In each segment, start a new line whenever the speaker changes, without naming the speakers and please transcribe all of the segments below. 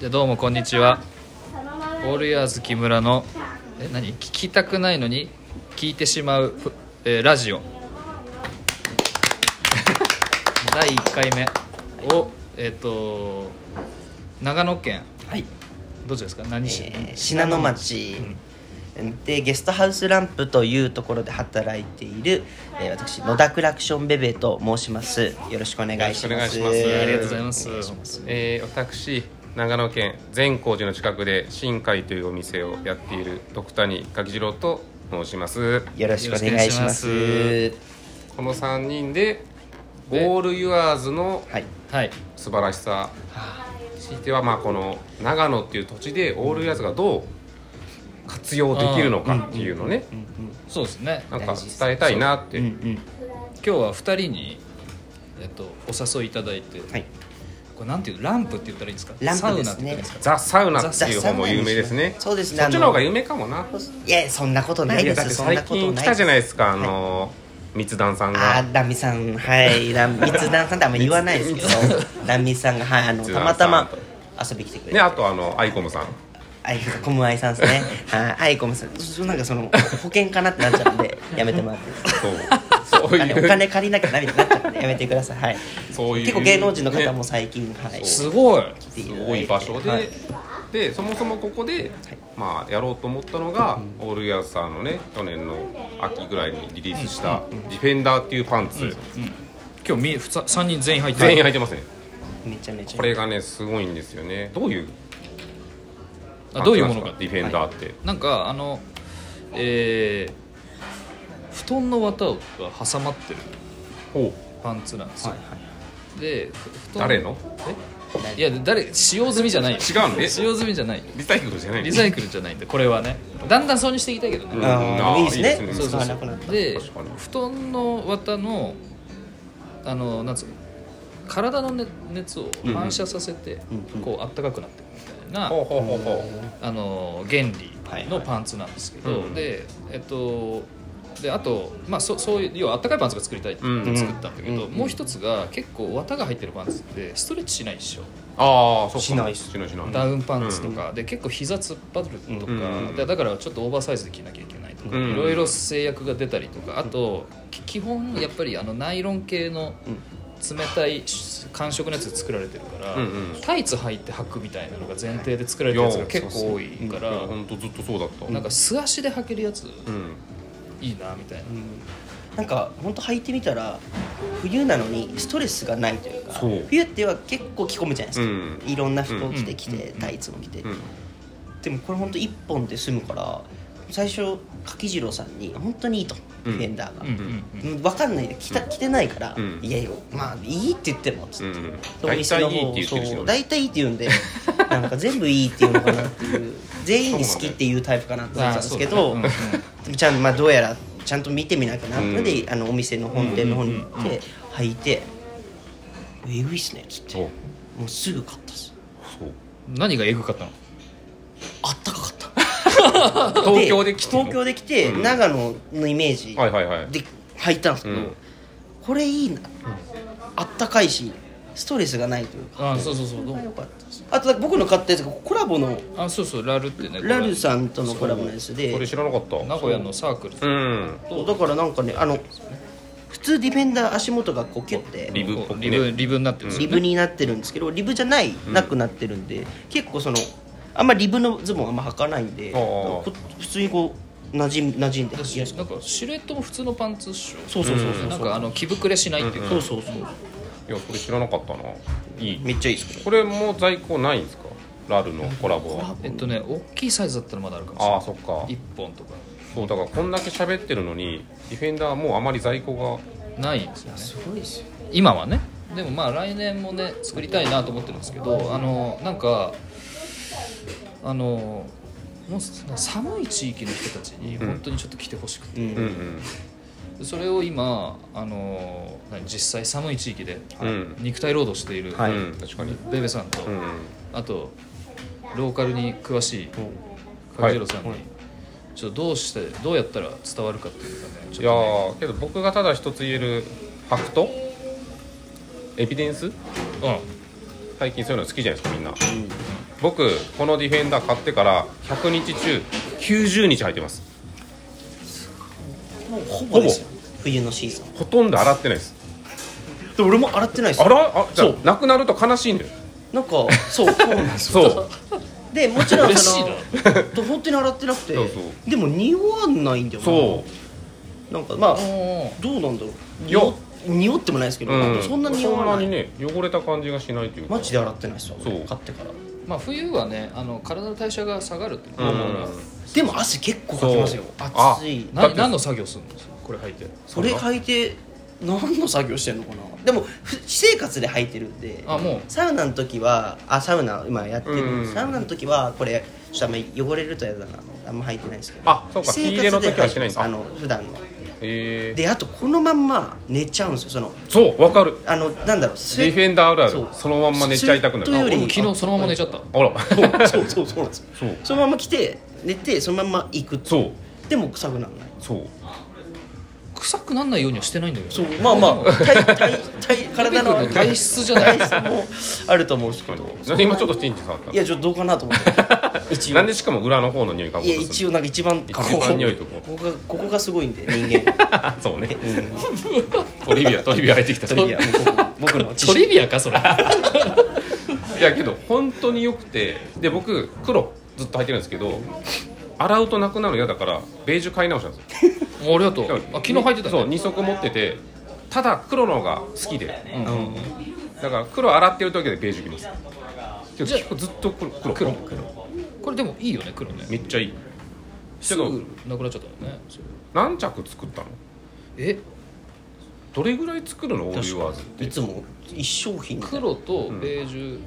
じゃあどうもこんにちはオールイヤーズ木村のえ何聞きたくないのに聞いてしまう、ふえーラジオ 第1回目をえっ、と長野県
はい、
どっちですか何市、
えー信濃町でゲストハウスランプというところで働いている、えー私野田クラクションベベと申しますよろしくお願いし
よろ
ま
し
す
くお願いします
ありがとうございます
お願します
えー私長野県善光寺の近くで新海というお店をやっている徳谷柿次郎と申します
よろしくお願いします
よろしくお願
この3人でオールユアーズの
はい
はい
素晴らしさ強いてはまあこの長野っていう土地でオールユアーズがどう活用できるのかっていうのね
そうですね
なんか伝えたいなっ
うんう
て
ん
今日は2人に、えっとお誘いいただいて、
はい
これなんていうランプって言ったらいいんですか
ラン
サウ
プで
ナっ
すね
て言ったらいいんですか
ザ・サウナっていう方も有名ですね
ザサウナにしますそうですね
そっちの方が有名かもない
やそんなことない
い
で
やだって
すそん
最
なこと
近
な
来
い
たじゃないですか
は
あ
い
の密談さんが
あーラミさんはいラミ密談さんってあんま言わないですけどラミさんがはいあの
密
た
談さ
ま
ん
たま遊びに来てくれて
ね、あとあのアイコムさん
アイコムアイさんですね。はい、アイコムさん、そなんかその保険かなってなっちゃうんで、やめてもらっていい ですか。
そうそう
お金お
いう
金借りなきゃなみたいになっちゃうんでやめてください、はい、
そういう
結構芸能人の方も最近、はい
すごい
来て
す
ただて
ごい場所で、
はい
でそもそもここで、まあやろうと思ったのが、オールイヤーズさんのね去年の秋ぐらいにリリースした、ディフェンダーっていうパンツ、
今日みふた3人全員入ってる
全員履いてますね
めちゃめちゃ
これがねすごいんですよねどういう
あどういうものか
ディフェンダーって、
なんかあのえー布団の綿が挟まってる
お
パンツなんですよ、
はいはい
でふ布団
誰の
いや誰使用済みじゃないよ
違うのえ
使用済みじゃない
リサイクルじゃないの
リサイクルじゃないんでこれはねだんだんそうにしていきたいけどね、
うん
あー
あー
いいですね
いいです
そうそう
使
ね
わ
そ
なくなった
うで
確かに
布団の綿のあのなんつうの体の熱熱を反射させて、
うん
こうあったかくなってくみたいな、
ほうほうほうほう
あの原理のパンツなんですけど、
はいはいうん
でえっとであと、まあ、そそういう要はあったかいパンツが作りたいって
うん
作ったんだけど、
うん
もう一つが結構綿が入ってるパンツってストレッチしないでしょ、
ああそうか
しないっす
しないしない
ダウンパンツとか、で結構膝突っ張るとか、
うん
でだからちょっとオーバーサイズで着なきゃいけないとか、
うん
いろいろ制約が出たりとかあとき基本やっぱりあのナイロン系の冷たい感触のやつで作られてるから、
うんうん
タイツ履いて履くみたいなのが前提で作られてるやつが結構多いから、
本当ずっとそうだった
なんか素足で履けるやつ
うん
いいなみたいな、
なんか本当履いてみたら冬なのにストレスがないというか
そう
冬っては結構着込むじゃないですか、
うん
いろんな服を着て
うん
着て、タイツも着て、
うん
でもこれ本当一本で済むから最初柿次郎さんに「本当にいいと」
うん
フェンダーが、
うんうん
分かんないで着た着てないから「
うん
いやいやまあいいって言っても」つ
う
っ
ん
て、でお
大
店
体
の
いいって言ってるし
そう
俺
大体いいって言う んでなんか全部いいって言うのかなっていう全員に好きっていうタイプかなと思ってたんですけど、
あーそうだね
ちゃんまあどうやらちゃんと見てみなきゃなので、
う
あのお店の本店の方に行って履いて「えぐいっすね」っつって
そう
もうすぐ買ったっす
何がエグかったの
あったかかった
そう 東京で来て
東京で来て、
うん
長野のイメージ
はいはいはい
で履いたんですけど、
うん
これいいな、あったかいしストレスがないというか
あーそうそうそうどう
良かったですあとなんか僕の買ったやつがコラボの
あそうそうラルってね
ラルさんとのコラボのやつ
これ
で
知らなかった
名古屋のサークル
うん
そうだからなんかねあの普通ディフェンダー足元がこうキュッて
リブっぽくね
リブリブになってるんです
リ
よ
ブ
ね
になってるんですけどリブじゃない、なくなってるんで結構そのあんまリブのズボンあんま履かないんで
ああ
こ普通にこう馴染み馴染んで履きやすく
なんかシルエットも普通のパンツっしょ
そうそうそうそう
なんかあの着膨れしないっていうか
そうそうそう
いやこれ知らなかったないい
めっちゃいいですけど
これも在庫ないんですかラルのコラボは
えっとね大きいサイズだったらまだあるかもしれ
あ
な
あそっか
い1本とか
そうだからこんだけ喋ってるのにディフェンダーはもうあまり在庫
ないんですよね
すごいですよ
今はねでもまあ来年もね作りたいなと思ってるんですけどあのなんかあのもう寒い地域の人たちに
うん
本当にちょっと来てほしくて、
うん
がうんうん
それを今あの何実際寒い地域で
うん
肉体労働している、
はい
うん確かに
ベベさんと、
うん
あとローカルに詳しい
は
梶
い
次郎さんに、ちょっとどうしてどうやったら伝わるかっていうかね
い
ち
や
ょっ
ーけど僕がただ一つ言えるファクトエビデンス
とね
最近そういうの好きじゃないですかみんな、僕このディフェンダー買ってから100日中90日履いてます
もうほ
ぼ
ですよ冬のシーズン
ほとんど洗ってないです
で俺も洗ってないです
あらあじゃあ
そう
なくなると悲しいんだよ
なんかそうそうなんですよ
そう
でもちろん
嬉
そ
しい
の本当に洗ってなくて
そうそ
でも匂わないんだよな
そ
なんかまあ
おー
どうなんだろう
いや
匂匂ってもないですけ
う、
ど、
うん、
そんな匂わ
そんな
ない
にね汚れた感じがしないというか
マジで洗ってないですよ
そう
買ってから
まあ冬はねあの体の代謝が下がるっていう
う
のもあるか
ん
ら
でも汗結構かきますよ
そう
暑い
あ
な
だって
何の作業するんですかこれ履いて
それ履いて何の作業してんのかなでもふ私生活で履いてるんで
あもう
サウナの時はあサウナ今やってる、
うん
サウナの時はこれちょっとあんま汚れるとやだなあんま履いてないですけど
あそうか
私生活
火入れの時はしないん
で
だ
履あの普段の
えー、
であとこのまんま寝ちゃうんですよその
そうわかる
あのなんだろうス
ディフェンダーあるある
そう
そのまんま寝ちゃいたくな
スウェットよ
る
俺
り
も昨日そのまま寝ちゃった
あら
そうそうそうなんですよ
そう
そのまま来て寝てそのまま行くって
そう
でも臭くならない
そう
臭くなんないようにはしてないんだけど
そうまあまあ体体体体
体
の
の 体質じゃない
質もあると思うんですけど
なんで今ちょっとチンチン触った
いやちょっとどうかなと思って一応
なんでしかも裏の方の匂いか
いや一応なんか一番
一番匂 いとこ
ここがここがすごいんで人間
そうね、トリビアトリビア入ってきた
トリビアもうここ僕の
ト
知識
リビアか それ
いやけど本当によくてで僕黒ずっと履いてるんですけど洗うとなくなるの嫌だからベージュ買い直したんですよ
ありがとうあ昨日履いてた
そう
ね
2足持っててただ黒の方が好きで、だから黒洗ってる時でベージュ着ますけど
じゃあ
結構ずっと黒黒
黒これでもいいよね黒ね
めっちゃいい
すぐなくなっちゃったよね
何着作ったの
え
どれぐらい作るのオールユアーズって
いつも一商品みたいな
黒とベージュ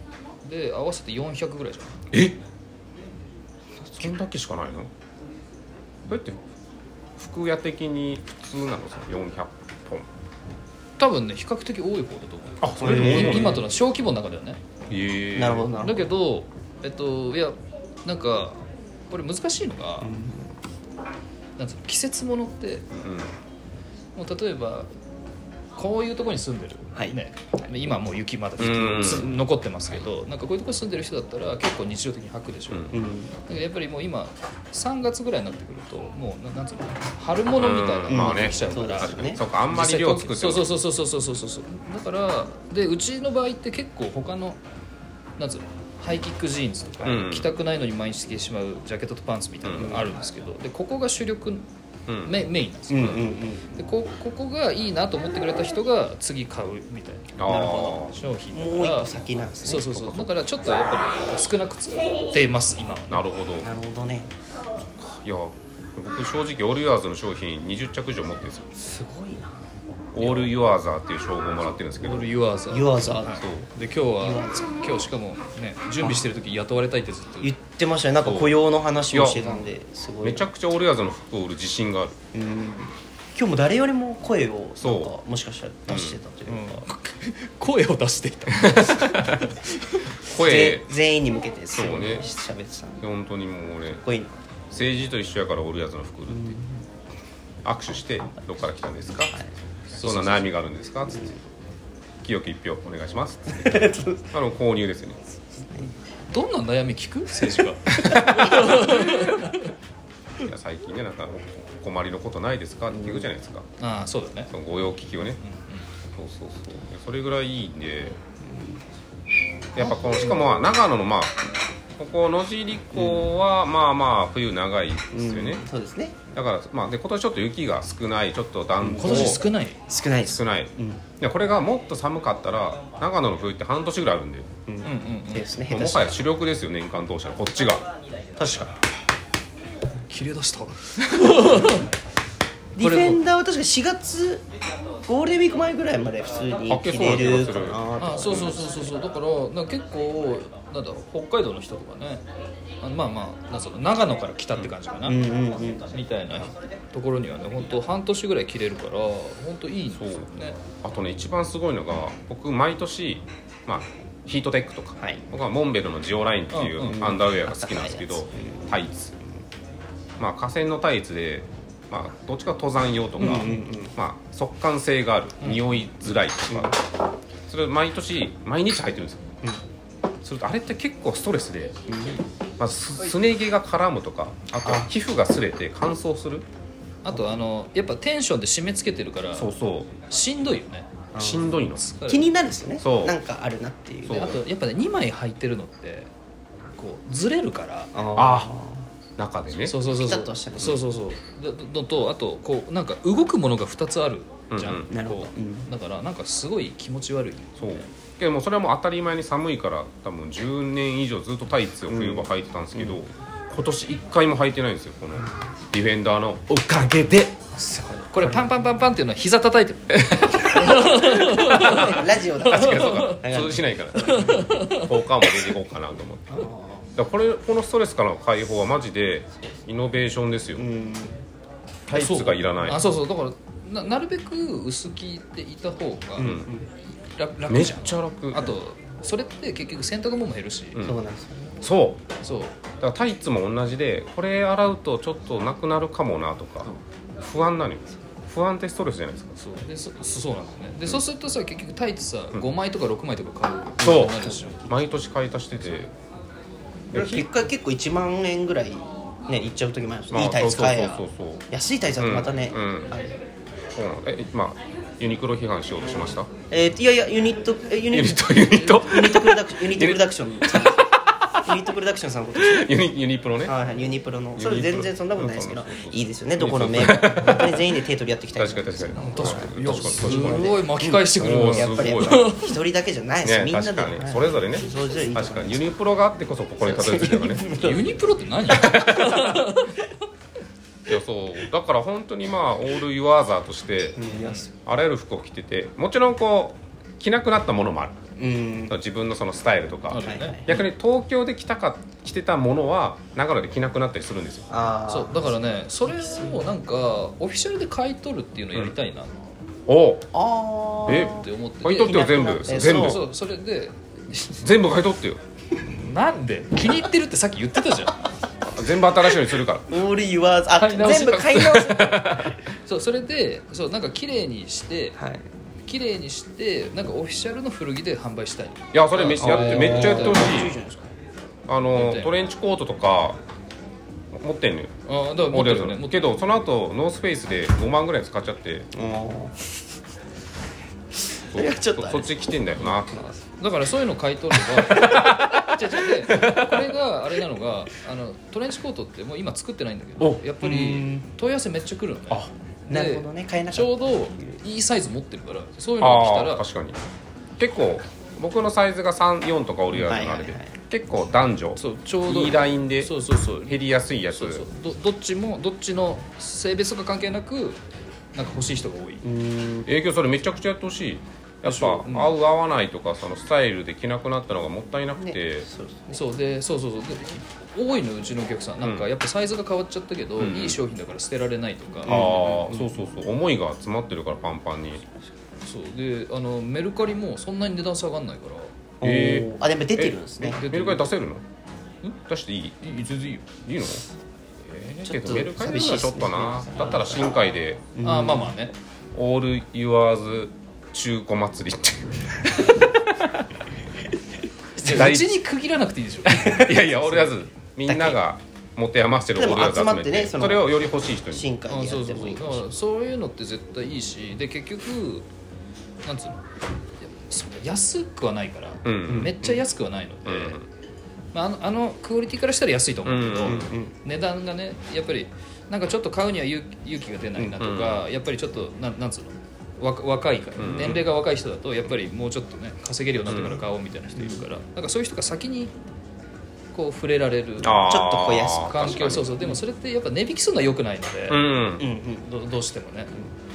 で合わせて400ぐらいじゃん
えそんだけしかないのどうやって服屋的に普通なのさ400本
多分ね比較的多い方だと思う
あそれでも多いのね
今との小規模の中ではね
ええ
なるほどなる
だ
ほ
け
ど
どえっといやなんかこれ難しいのが、なんつうの季節物ってもう例えばこういうところに住んでる、
はい
ね、今もう雪まだ
うん
つ残ってますけどなんかこういうところに住んでる人だったら結構日常的に履くでしょ、
うん
だ
うん
けどやっぱりもう今3月ぐらいになってくるともうななんつうの春物みたいな
うんま
の
あ
がで
ね
きちゃうから、
そうだ
確かにそうかあんまり量作って
そう
も
そうそうそうそうそうそうそうだからでうちの場合って結構他のなんつうのハイキックジーンズとか、
うん
着たくないのに毎日着てしまうジャケットとパンツみたいなのがあるんですけど、でここが主力
うん
メ,、メインなんです
うん
よ、
うんうん
でこここがいいなと思ってくれた人が次買うみたいな
あー
商品だ
もう
か
一個
ら
先なんです
そ
ね
うそうそうだからちょっとやっぱり少なく作ってます今
なるほど
なるほどね
いや僕正直オールユアーズの商品20着以上持ってるんですよ
すごいな
オールユアーザーっていう称号もらってるんですけ
オ
ど
ールユアーザー
ユアーザー
そう
で今日は今日しかもね準備してる時雇われたいってずっと
言ってましたねなんか雇用の話をしてたんですごい
めちゃくちゃオールユアーズの服を売る自信がある
うん今日も誰よりも声をなんか
そ
もしかしたら出してたというか、
声を出していた
声
ぜ全員に向けてす
そ
ご
う
い
ね
喋ってたんでか
本当にもう俺
っこいいな
政治と一緒やからオールユアーズの服売るって握手してどっから来たんですかそんな悩みがあるんですかつって清き一票お願いしますつってあの購入ですよね
どんな悩み聞く政 治家
いや最近ねなんかお困りのことないですかって聞くじゃないですか
ああそうだね
その御用聞きをね、そうそうそうそれぐらいいいんでやっぱこのしかもまあ長野のまあここ野尻湖はまあまあ冬長いですよね、
そうですね
だからまあで今年ちょっと雪が少ないちょっと暖
今
房
年少ない
少ないです
少ない、
うん
いやこれがもっと寒かったら長野の冬って半年ぐらいあるんで
うんうんうん
ですね下
もう
手
も
した
は
ら
や主力ですよ年間当社のこっちが
確か
切れ出した
にディフェンダーは確か4月ゴールデンウィーク前ぐらいまで普通に着れるかな
あ
と
そうそうそうそうそうだからなんか結構なんだろう北海道の人とかねあのまあまあなんその長野から来たって感じかな、
うんうんうん
みたいなところにはね本当半年ぐらい切れるから本当いいんですよね
あとね一番すごいのが僕毎年まあヒートテックとか、
はい
僕はモンベルのジオラインってい
うんうん
うアンダーウェアが好きなんですけど、
あった
タイツまあ河川のタイツでまあどっちか登山用とか、まあ速乾性がある、匂いづらいとか、それ毎年毎日履いてるんですよ、するとあれって結構ストレスで、まあ、すすね毛が絡むとかあとは皮膚が擦れて乾燥する
あとあのやっぱテンションで締め付けてるから
そうそ
しんどいよね
うしんどいのそ
気になるんですよね
そう
なんかあるなっていう
そう
であとやっぱね2枚履いてるのってこうずれるから
あ中でね
そうそうそう
ピタ
そ
ッと
う
したね
そうそうそうのとあとこうなんか動くものが2つあるじゃん、
うん
うんなるほど
こ
うん
うだからなんかすごい気持ち悪い
そうけどもうそれはもう当たり前に寒いから多分10年以上ずっとタイツを冬場履いてたんですけど、今年1回も履いてないんですよこのディフェンダーのおかげで
これパンパンパンパンっていうのは膝叩いてる
ラジオだから
確かにそうか
はいはい
通じないから効果も出ていこうかなと思ってだからこれこのストレスからの解放はマジでイノベーションですよ、
うん
タイツがいらない
あそうそうだからななるべく薄着でいた方が
うん
楽,、
めっ
じゃん
ちゃ楽
あとそれって結局洗濯物も減るし、
うん
そうなんですよね
そう
そう
だからタイツも同じでこれ洗うとちょっとなくなるかもなとか不安なのよ不安ってストレスじゃないですか
そうでそそうなんだよねで、そうするとさ結局タイツさ5枚とか6枚とか買う
そう
なるでしょ
毎年買い足しててで
結果結構1万円ぐらいねいっちゃう時もあるんですよ
まあ
いいタイツ買えや
そうそうそうそう
安いタイツだとまたね、
うんうん
あれ
そうなのえ今ユニクロ批判しようとしました
えーいやいやユニットえユニ
ユニ
ッ
ッ
ト
トユ ニット
ユニットプロダ クションユニットプロダクションユニットプロダクションさんのことですね
ユニユニプロね
はいはいユニプロの
ニプ
そ
ロ
れ全然そんなことないですけど
そうそうそう
いいですよねどこのメーカー本当に全員で手取りやっていきたい
確かに確かに
確かにいや
確かに
す
確かに
ごい巻き返してくる
お
わ
ー
やっぱり
す
や
ご
っ
い
ぱ一人だけじゃないです、
ね
みんな
確
で
かにそれぞれね
そうじゃいいと思います
確かにユニプロがあってこそここにたどり着いたからね
ユニプロって何
いやそうだから本当にまあオールユアーザーとしてあらゆる服を着ててもちろんこう着なくなったものもある
うん
自分のそのスタイルとか
ある
はいはい
逆に東京で着たか着てたものは長野で着なくなったりするんですよ
ああ
そうだからねそれをなんかオフィシャルで買い取るっていうのやりたいなっ
おう
ああ
え
て思ってて
買い取ってよ全部
着なくなって
全
そ
部
うそうそれで
全部買い取ってよ
なんで気に入ってるってさっき言ってたじゃん
全部新しいのにするから
オールユアーズあ
買い直し
全部買い直 すは
そうそれでそうなんか綺麗にして
い
綺麗にしてなんかオフィシャルの古着で販売したい
いやそれめっちゃやっ
あ
て
ー
めっちゃやってほし
いい
い
じゃないですか
あ
やっ
の
てんの
トレンチコートとか持ってんのよ
ああだから持ってるよね持って
け
る
どその後ノースフェイスで5万ぐらい使っちゃって
それはちょっとあれ
そっち来てんだよな
だからそういうの買い取れば 違う違うでこれがあれなのがあのトレンチコートってもう今作ってないんだけど
お
やっぱ
う
り
ん
問い合わせめっちゃ来るのね
あ
で
なるほどね買えな
ち
か
ょ
っ
うどいいサイズ持ってるからそういうの
あ
が
あ
来
確
たら
かに結構僕のサイズが34とか折り合うのあれで、
はいはいはい
結構男女
そうちょうど
いいラインで
そうそうそう
減りやすいやつ
そうそうどどっちもどっちの性別とか関係なくなんか欲しい人が多い
たうん
影響それめちゃくちゃやってほしいやっぱ合
そう
う
うん
合わないとかそのスタイルで着なくなったのがもったいなくて、
そうですね
そうでそうそうそうで多いのようちのお客さんなんかやっぱサイズが変わっちゃったけど、
うん
いい商品だから捨てられないとか、
ああ、そうそうそう思いが詰まってるからパンパンに
そうであのメルカリもそんなに値段下がんないから
え
おーあでも出てるんですね
えメルカリ出せるの出していい
いい全然いいよ、
いいのえー、けどメルカリ
寂しい
は
っす
ち
ね
ょっとなだったら深海で
ああまあまあね
オールユアーズ中古祭りって
いやうちに区切らなくていいでしょ
いやいや、俺やず、みんなが持て余してる
でも
俺やず集め
集まって
て
ねそ
そ
の
れをより欲しい人に。
深海
あ
で
そ
や
う
って
そう
も
そだからそう
いういかもしれない
いうのって絶対いいしで結局なんつうのいやそ安くはないから、
うんうん
めっちゃ安くはないので、
うん
まあ、あのあのクオリティからしたら安いと思うけど、
うんうん
値段がねやっぱりなんかちょっと買うには勇勇気が出ないなとか、やっぱりちょっとなんなんつうのわ若いから、年齢が若い人だとやっぱりもうちょっとね稼げるようになってから買おうみたいな人いるから、なんかそういう人が先にこう触れられる
あー
ちょっとこう安く
環境そう
確か
そうでもそれってやっぱ値引きするのは良くないので、
にうん、
うんう
ど
ん
どうしてもね、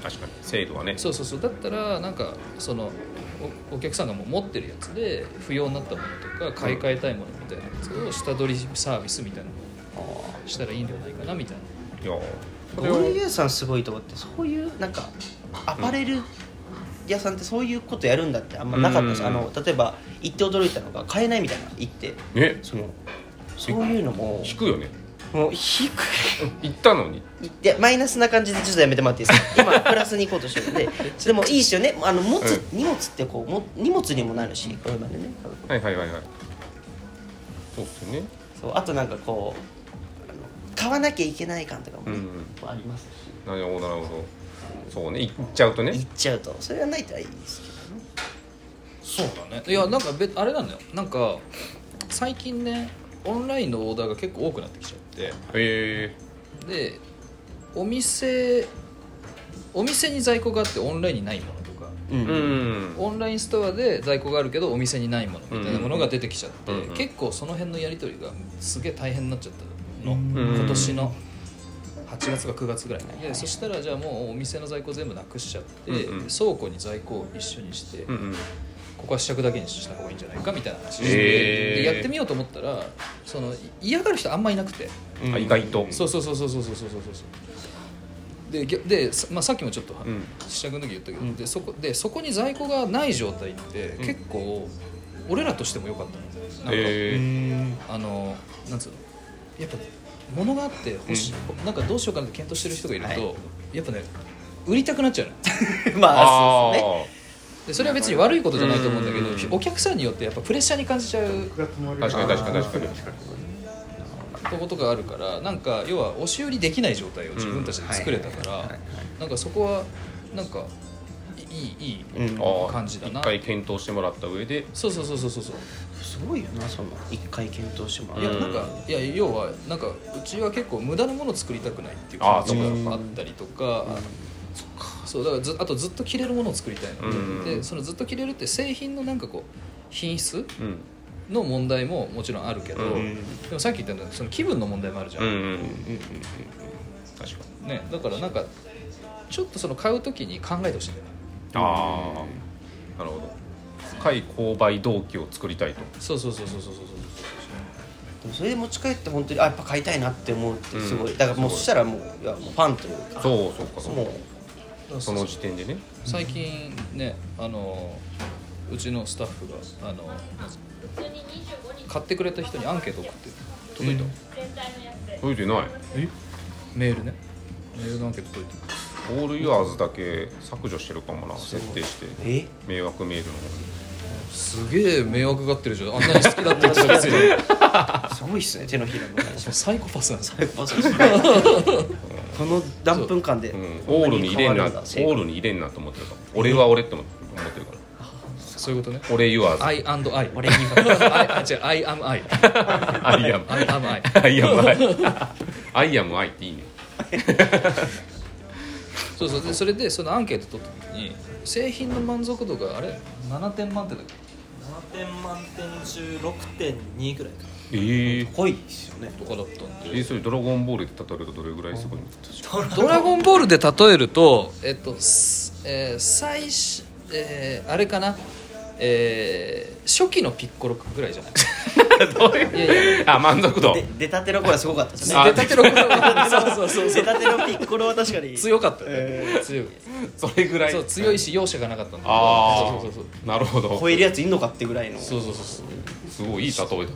確かに制度はね。
そうそうそうだったらなんかそのおお客さんがもう持ってるやつで不要になったものとか買い替えたいものみたいなやつを下取りサービスみたいなのをしたらいいんではないかなみたい
いや、こ
ゴ
れを
ールデンさんすごいとこってそういうなんかアパレル屋さんってそういうことやるんだってあんまなかったです、
うん
あの例えば行って驚いたのが買えないみたいな行って
ね、
そのそういうのも
引くよね。
もう低く
行ったのに。
いってマイナスな感じでちょっとやめてもらっていいです か今プラスに行こうとしてるんででもいいですよねあの持つ、荷物ってこうも荷物にもなるしこれまでね
はいはいはいはい。そうですよね
そうあとなんかこうあの買わなきゃいけない感とかもね、
うん
こうありますし
なるほどなるほどそうね行っちゃうとね
行っちゃうとそれがないとはいいですけどね
そうだねいやなんか別あれなんだよなんか最近ねオンラインのオーダーが結構多くなってきちゃって
へ
でお店お店に在庫があってオンラインにないものとか
う
えうん
オンラインストアで在庫があるけどお店にないものみたいなものが出てきちゃって、
うんうん
結構その辺のやり取りがすげえ大変になっちゃったの、
ん
今年の8月か9月ぐらいにでそしたらじゃあもうお店の在庫全部なくしちゃって、
うんうん
倉庫に在庫を一緒にして、
うんうん
ここは試着だけにした方がいいんじゃないかみたいな話をして、
へー
でやってみようと思ったらそのい嫌がる人あんまいなくて
あ意外と
そうそうそうそうそうそうそうそうそうでぎょで、さまあ、さっきもちょっとは
うん
試着の時言ったけど、でそこでそこに在庫がない状態って結構、俺らとしても良かったのなんか、
へえ
あのなんつうのやっぱ物があって欲しい、なんかどうしようかなって検討してる人がいると、
は
やっぱね売りたくなっちゃうの
まあそう
あ
ですね
あ
でそれは別に悪いことじゃないと思うんだけど、
うん
お客さんによってやっぱプレッシャーに感じちゃう
確かに確かに確かに
とことがあるからなんか要は押し売りできない状態を自分たちで作れたから、なんかそこはなんかいいいい、
うん
ああ
感じだな
一回検討してもらった上で
そうそうそうそうそうそう
すごいよなその一回検討してもら
いや
う、
なんかいや要はなんかうちは結構無駄なものを作りたくないっていう気
あ
持ち
ーそうか
があったりとか。そうだからずあとずっと着れるものを作りたいの、
うん
でそのずっと着れるって製品のなんかこう品質
うん
の問題ももちろんあるけど、
うん
でもさっき言ったようにその気分の問題もあるじゃ
うんうん
うんうん
確かに
ね、だからなんかちょっとその買う時に考えてほしいんだよね
ああなるほど深い購買動機を作りたいと
そうそうそうそうそうそう
でもそれで持ち帰って本当にあやっぱ買いたいなって思うってすごい、
うん
だからもうそ
すごい
したらもういやもうファンというか
そうそうかそう
もう
かその時点でね
最近ねあのうちのスタッフがあの買ってくれた人にアンケート送って届いた、
届いてない
メールねメールのアンケート届いた
オールユアーズだけ削除してるかもな設定して
え
迷惑メールの方
すげえ迷惑がってるじゃんあんなに好きだって言ってたくせに
すごいっすね手のひらの話
サイコパスなんですよ
あ そう そうこの何分間で、
に、うん、オールに入れんなオ
性格
ールに入れんなと思ってるから俺は俺って思って思ってるから
そういうことね
俺ユアーズ
I and I
俺
に
に
I, あ違う I am I
アイアム
I am I
アイアムアイアイアムアイっていいね
そうそうでそれでそのアンケート取った時に製品の満足度があれ7点満点だっ
7点満点中6.2ぐらいか
えー、
濃いですよね
けとかだった
え
んで
それドラゴンボールで例えるとどれぐらいすごいの
ドラゴンボールで例えるとえっと、すえー最初、えーあれかなえー初期のピッコロぐらいじゃないいやいや
あ満足度
で出たての頃はすごかったですね
あ
出たての頃 そうそうそうそ
出
う
たてのピッコロは確かに
強かった、ね
え
強い
それぐらい
そう強いし容赦がなかったんだけど
ああ
そうそうそう
なるほど
超えるやついんのかってぐらいの
そうそうそうそう
すごいいい例えだな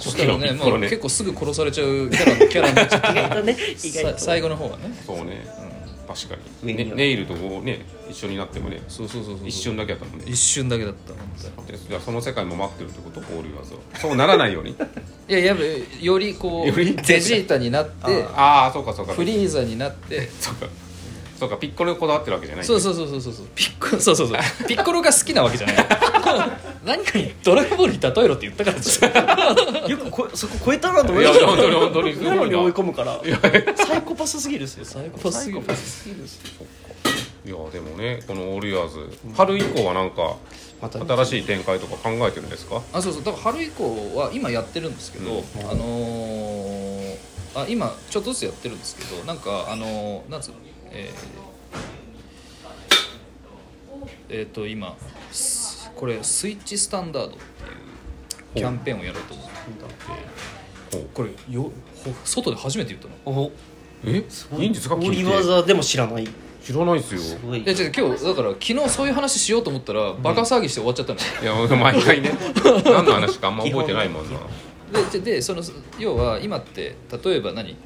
そしたらね、
ピッ
も
コ
う
ロ
結構すぐ殺されちゃうキャラキャラになっちゃっ
意外とね
て
意
さ
外と
最後の方はね
そうね、確か
上
に、
に
ね、
は
ネイルとこうね一緒になってもね
そうそうそうそう
一瞬だけやったもんね
一瞬だけだった本当に
でじゃあその世界も待ってるってことオールユアーズはそうならない ように
いややっぱよりこ
よ
う
り
ベジータになって
ああそうかそうか
フリーザになって
そうかそうかピッコロにこだわってるわけじゃない
そうそうそうそうそうそうピッコロ そうそうそうピッコロが好きなわけじゃない何かにドラゴンボールに例えろって言ったからですよ
よくこそこ超えたなと思い
や
ました
本当に本当 にすごいな
なのに追い込むからサイコパスすぎるっすよ
サイコパスすぎる
いやでもねこのオールユアーズ春以降はなんか
また
新しい展開とか考えてるんですか
あそうそうだから春以降は今やってるんですけど、あのーあ今ちょっとずつやってるんですけどなんかあのーなんつうのえーえーと今すこれスイッチスタンダードっていうキャンペーンをやろうと思って
ほう
これよほ外で初めて言ったの
お
えいいんですか聞い
折り
て
技でも知らない
知らないですよ
すごい
いや違う今日だから昨日そういう話しようと思ったらバカ騒ぎして終わっちゃったの、
いや毎回ね何の話かあんま覚えてないもんな
でででその要は今って例えば何リ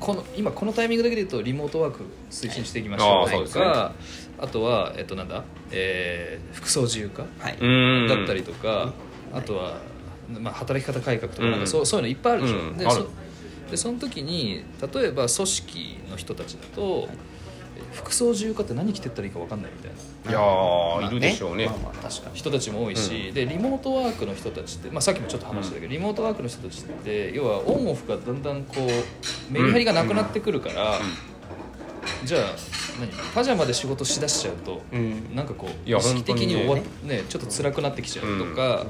この今このタイミングだけで言うとリモートワーク推進していきましょ
あ
う
ーそう
と
です
か、
ね
あとは、えっと、なんだ、えー服装自由化
はい、
うん
だったりとか、あとはまあ、働き方改革とか
うん
なんかそう,、そういうのいっぱいあるでしょ、
うん
で
ある
そでその時に例えば組織の人たちだと、え服装自由化って何着てったらいいか分かんないみたいない
やーいるでしょうね
まあまあ確かに
人たちも多いし、でリモートワークの人たちって、まあ、さっきもちょっと話したけど、リモートワークの人たちって要はオンオフがだんだんこうメリハリがなくなってくるから、じゃあ何パジャマで仕事しだしちゃうと、
うん
なんかこう
い
意
や
識的に終わ
本
っねちょっと辛くなってきちゃうとか。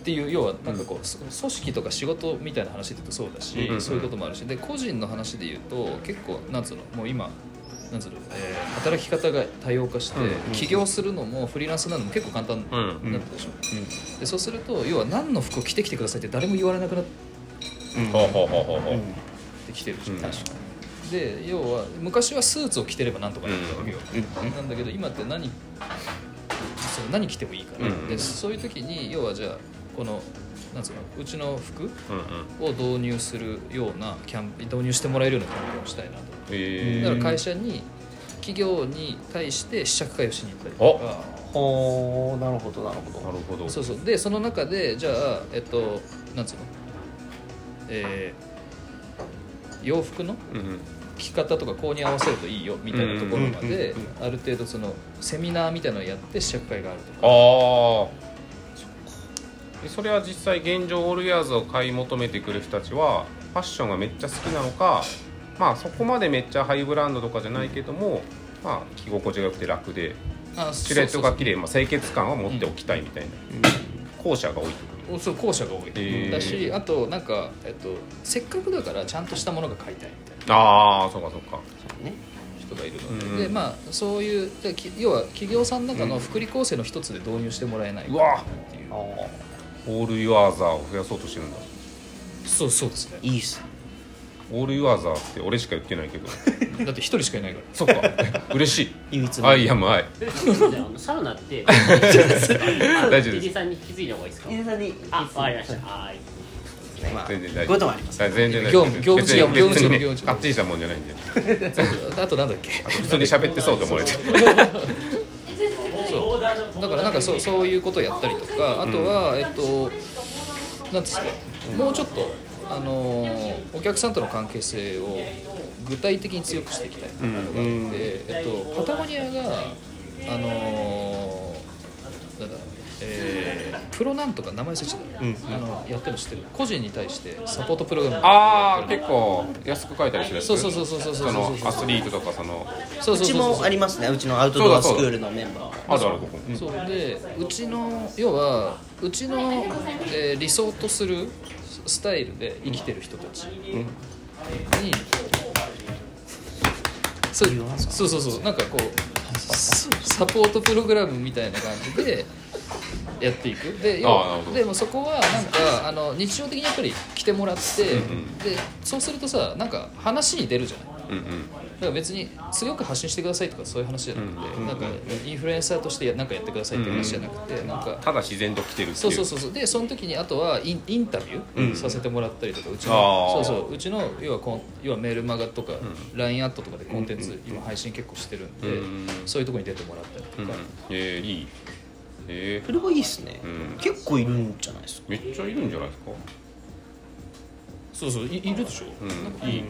っていう要はなんかこう、そ組織とか仕事みたいな話で言うとそうだし、
うん
そういうこともあるしで個人の話で言うと結構なんつうのもう今なんつうの、えー働き方が多様化して、
うん
起業するのもフリーランスになるのも結構簡単になったでしょ、でそうすると要は何の服を着てきてくださいって誰も言われなくなっ
うん
ほうほうほうほうほう
てきてるじゃん、
うん
で要は昔はスーツを着てればなんとかなったわけよ、
うん
なんだけど今って何その何着てもいいから、
うん
でそういう時に要はじゃあこのなんつうのうちの服
うんうん
を導入するようなキャンペーン導入してもらえるようなキャンペーンをしたいなと
え
だか
ー
ら会社に企業に対して試着会をしに行ったりとか
ほうなるほどなるほ
なるほど
そうそうでその中でじゃあえっとなんつうのえー洋服の
うんうん
着方とか購入合わせるといいよみたいなところまで
うんうんうん
ある程度そのセミナーみたいなのをやって試着会があるとか
ああそれは実際現状オールイヤーズを買い求めてくる人たちはファッションがめっちゃ好きなのかまあそこまでめっちゃハイブランドとかじゃないけども、まあ着心地が良くて楽で
あ
シルエットが綺
麗
麗まあ清潔感は持っておきたいみたいな、後者が多いってこと
そう後者が多い、
へー
だしあとなんか、えっと、せっかくだからちゃんとしたものが買いたいみたいな
ああそうかそうか
どね
人がいるので,、
うん
でまあそういうでき要は企業さんの中の福利厚生の一つで導入してもらえないか
うわ
っていう
ああ
オールイヤーザーを増やそうとしてるんだ
そうそうですね
いいっすね
オールイヤーザーって俺しか言ってないけど
だって一人しかいないから
そっか 嬉し
唯一
い
の
アイアムアイ
あのサウナって、大
丈夫です
さんに引き継いだ方がいいですか
飯。田さんに
あ、わかりました。はい。
まあ
全然大丈
こうい
夫
うこともあります
はい全然大丈
業
夫
務業務中
別に
業務中
別にね
業務中
かっちりしたもんじゃないんで
あとなんだっけ
普通に喋ってそうと思われて
そうだからなんかそうそういうことをやったりとかあとは、えっとなんですかもうちょっとあのーお客さんとの関係性を具体的に強くしていきたいっていうのがあって、えっと、パタゴニアがあのーなんだえープロなんとか名前忘れちゃった、あのやってるの知ってる個人に対してサポートプログラム
ああ結構安く書いたりするやつ
そうそうそうそうそうそう
その
そう
アスリートとかその
そう
う
そう
ち
そうそう
もありますねうちのアウトドアスクールのメンバー
あるあるここうん
そうでうちの要はうちの、えー理想とするススタイルで生きてる人たちに、そうそうそうそうなんかこうすサポートプログラムみたいな感じでやっていくで要
あーなる
は
ほど
でもそこはなんかあの日常的にやっぱり来てもらって、でそうするとさなんか話に出るじゃない。
うんうん
だから別に強く発信してくださいとかそういう話じゃなくて、なんかインフルエンサーとしてなんかやってくださいっていう話じゃなくて、なんか
ただ自然と来てるっていう
そうそうそうそうでその時にあとはインインタビューさせてもらったりとか、うちの
あ
そ
ー
うそううちの要はコン要はメールマガとか LINE アットとかでコンテンツ今配信結構してるんで、
うん
そういうところに出てもらったりとか、
うんうんえーいいえ
それはいいっすね
うん
結構いるんじゃないですか
ーめっちゃいるんじゃないですか
そうそういいるでしょ、なんか
うんいい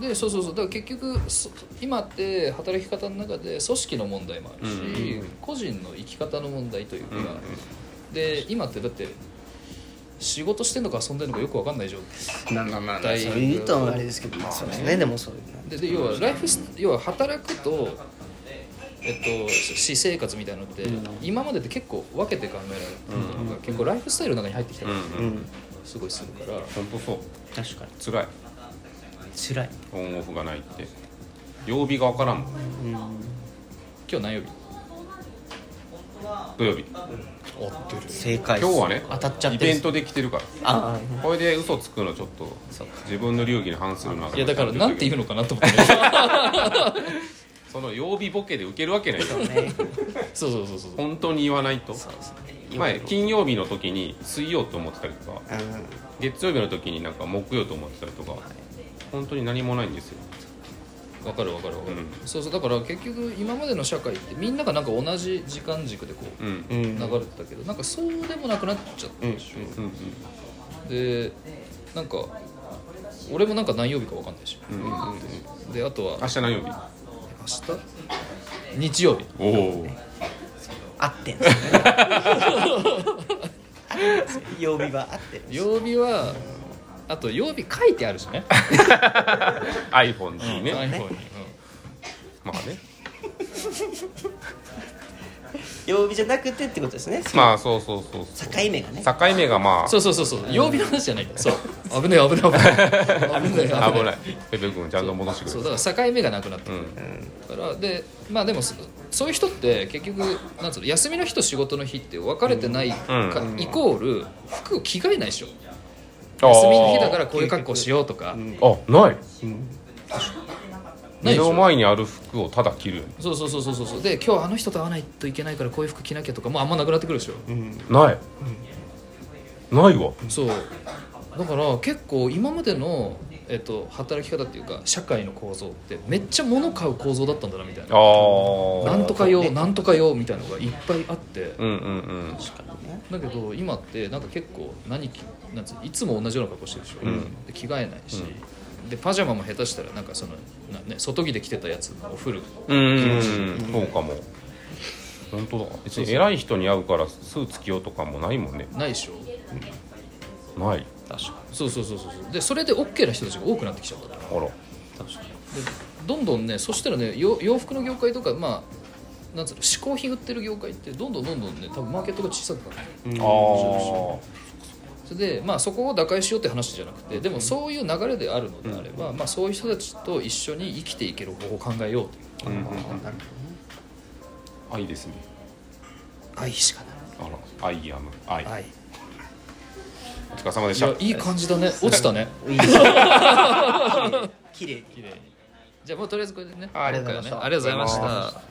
でそうそうそうだから結局そ今って働き方の中で組織の問題もあるし、個人の生き方の問題というか、で今ってだって仕事してんのか遊んでんのかよく分かんない状態
なんだなん
だ
そういうとあれですけどまあそうですねでもそういうの
でで要はライフス要は働くと、えっと、私生活みたいなのって、今までって結構分けて考えられるのが、結構ライフスタイルの中に入ってきた
う
り
んう
うんん
すごいするから、
本当そう
確かに
辛い
辛い
オンオフがないって曜日がわからんもん
今日何曜日
土曜日
正解っす
今日はね
当たっちゃっ
イ
てる
ベントで来てるから
ああ
これで嘘つくのちょっと自分の流儀に反するのはい
やだからなんて言うのかなと思って、
その曜日ボケで受けるわけないから
ね
そうそうそうそう
本当に言わないと前金曜日の時に水曜と思ってたりとか
うん
月曜日の時になんか木曜と思ってたりとか本当に何もないんですよ
わかるわかるわかる、
うん
そうそうだから結局今までの社会ってみんながなんか同じ時間軸でこう
うん
う
流
ん
れてたけど、なんかそうでもなくなっちゃったでしょ、
うんうん
でなんか俺もなんか何曜日かわかんないし
うんうんうん
であとは
明日何曜日
明日日曜日
おお
合ってんすね合ってんすよ 曜日は合ってるんですよ
曜日はあと曜日書いてあるしね
iPhone に ね、
iPhone に、うん
まあね
曜日じゃなくてってことですね
まあそうそうそうそ
境目がね
う境目がまあ
そうそうそうそう曜日の話じゃないんだそう 危ない危ない危ない危ない危ない
危ないペペ君ちゃんと戻してくれ
そうだから境目がなくなってく
うん
る、だからでまあでもそそういう人って結局なんつうの休みの日と仕事の日って分かれてないか、
うん
イコール服を着替えないでしょ
あー
休みの日だからこういう格好しようとか、
あな
な
い
い
目
でし
の
ょ
前にある服をただ着る
そうそうそうそうそうそうで今日あの人と会わないといけないからこういう服着なきゃとかもうあんまなくなってくるでしょ、
ない、ないわ
そうだから結構今までの、えっと、働き方っていうか社会の構造ってめっちゃ物買う構造だったんだなみたい
あ
な
ー
なんとか用なんとか用みたいなのがいっぱいあって、
うんうんうん
だけど今ってなんか結構何着なんつういつも同じような格好してるでしょ、
ん
で着替えないし、でパジャマも下手したらなんかそのな、ね、外着で着てたやつをフル
うんうんうんそうかも本当だ別に偉い人に会うからスーツ着ようとかもないもんね
ないでしょ
ない
確か
そうそうそうそうそうでそれで OK な人たちが多くなってきちゃったで
あら
どんどんねそしたらねよ洋服の業界とかまあなんつうの嗜好品売ってる業界ってどんどんどんどんね多分マーケットが小さくなってる
あー
それでまあそこを打開しようって話じゃなくてでもそういう流れであるのであれば、まあ、そういう人たちと一緒に生きていける方法を考えようという
うんうん
になるほ
愛ですね
愛しかない
あらアイアム愛
愛
お疲れ様でし
い
た
やいい感じだね落ちたね
どねいいですね綺麗
じゃあもうとりあえずこれでね
はい
今回はねありがとうございました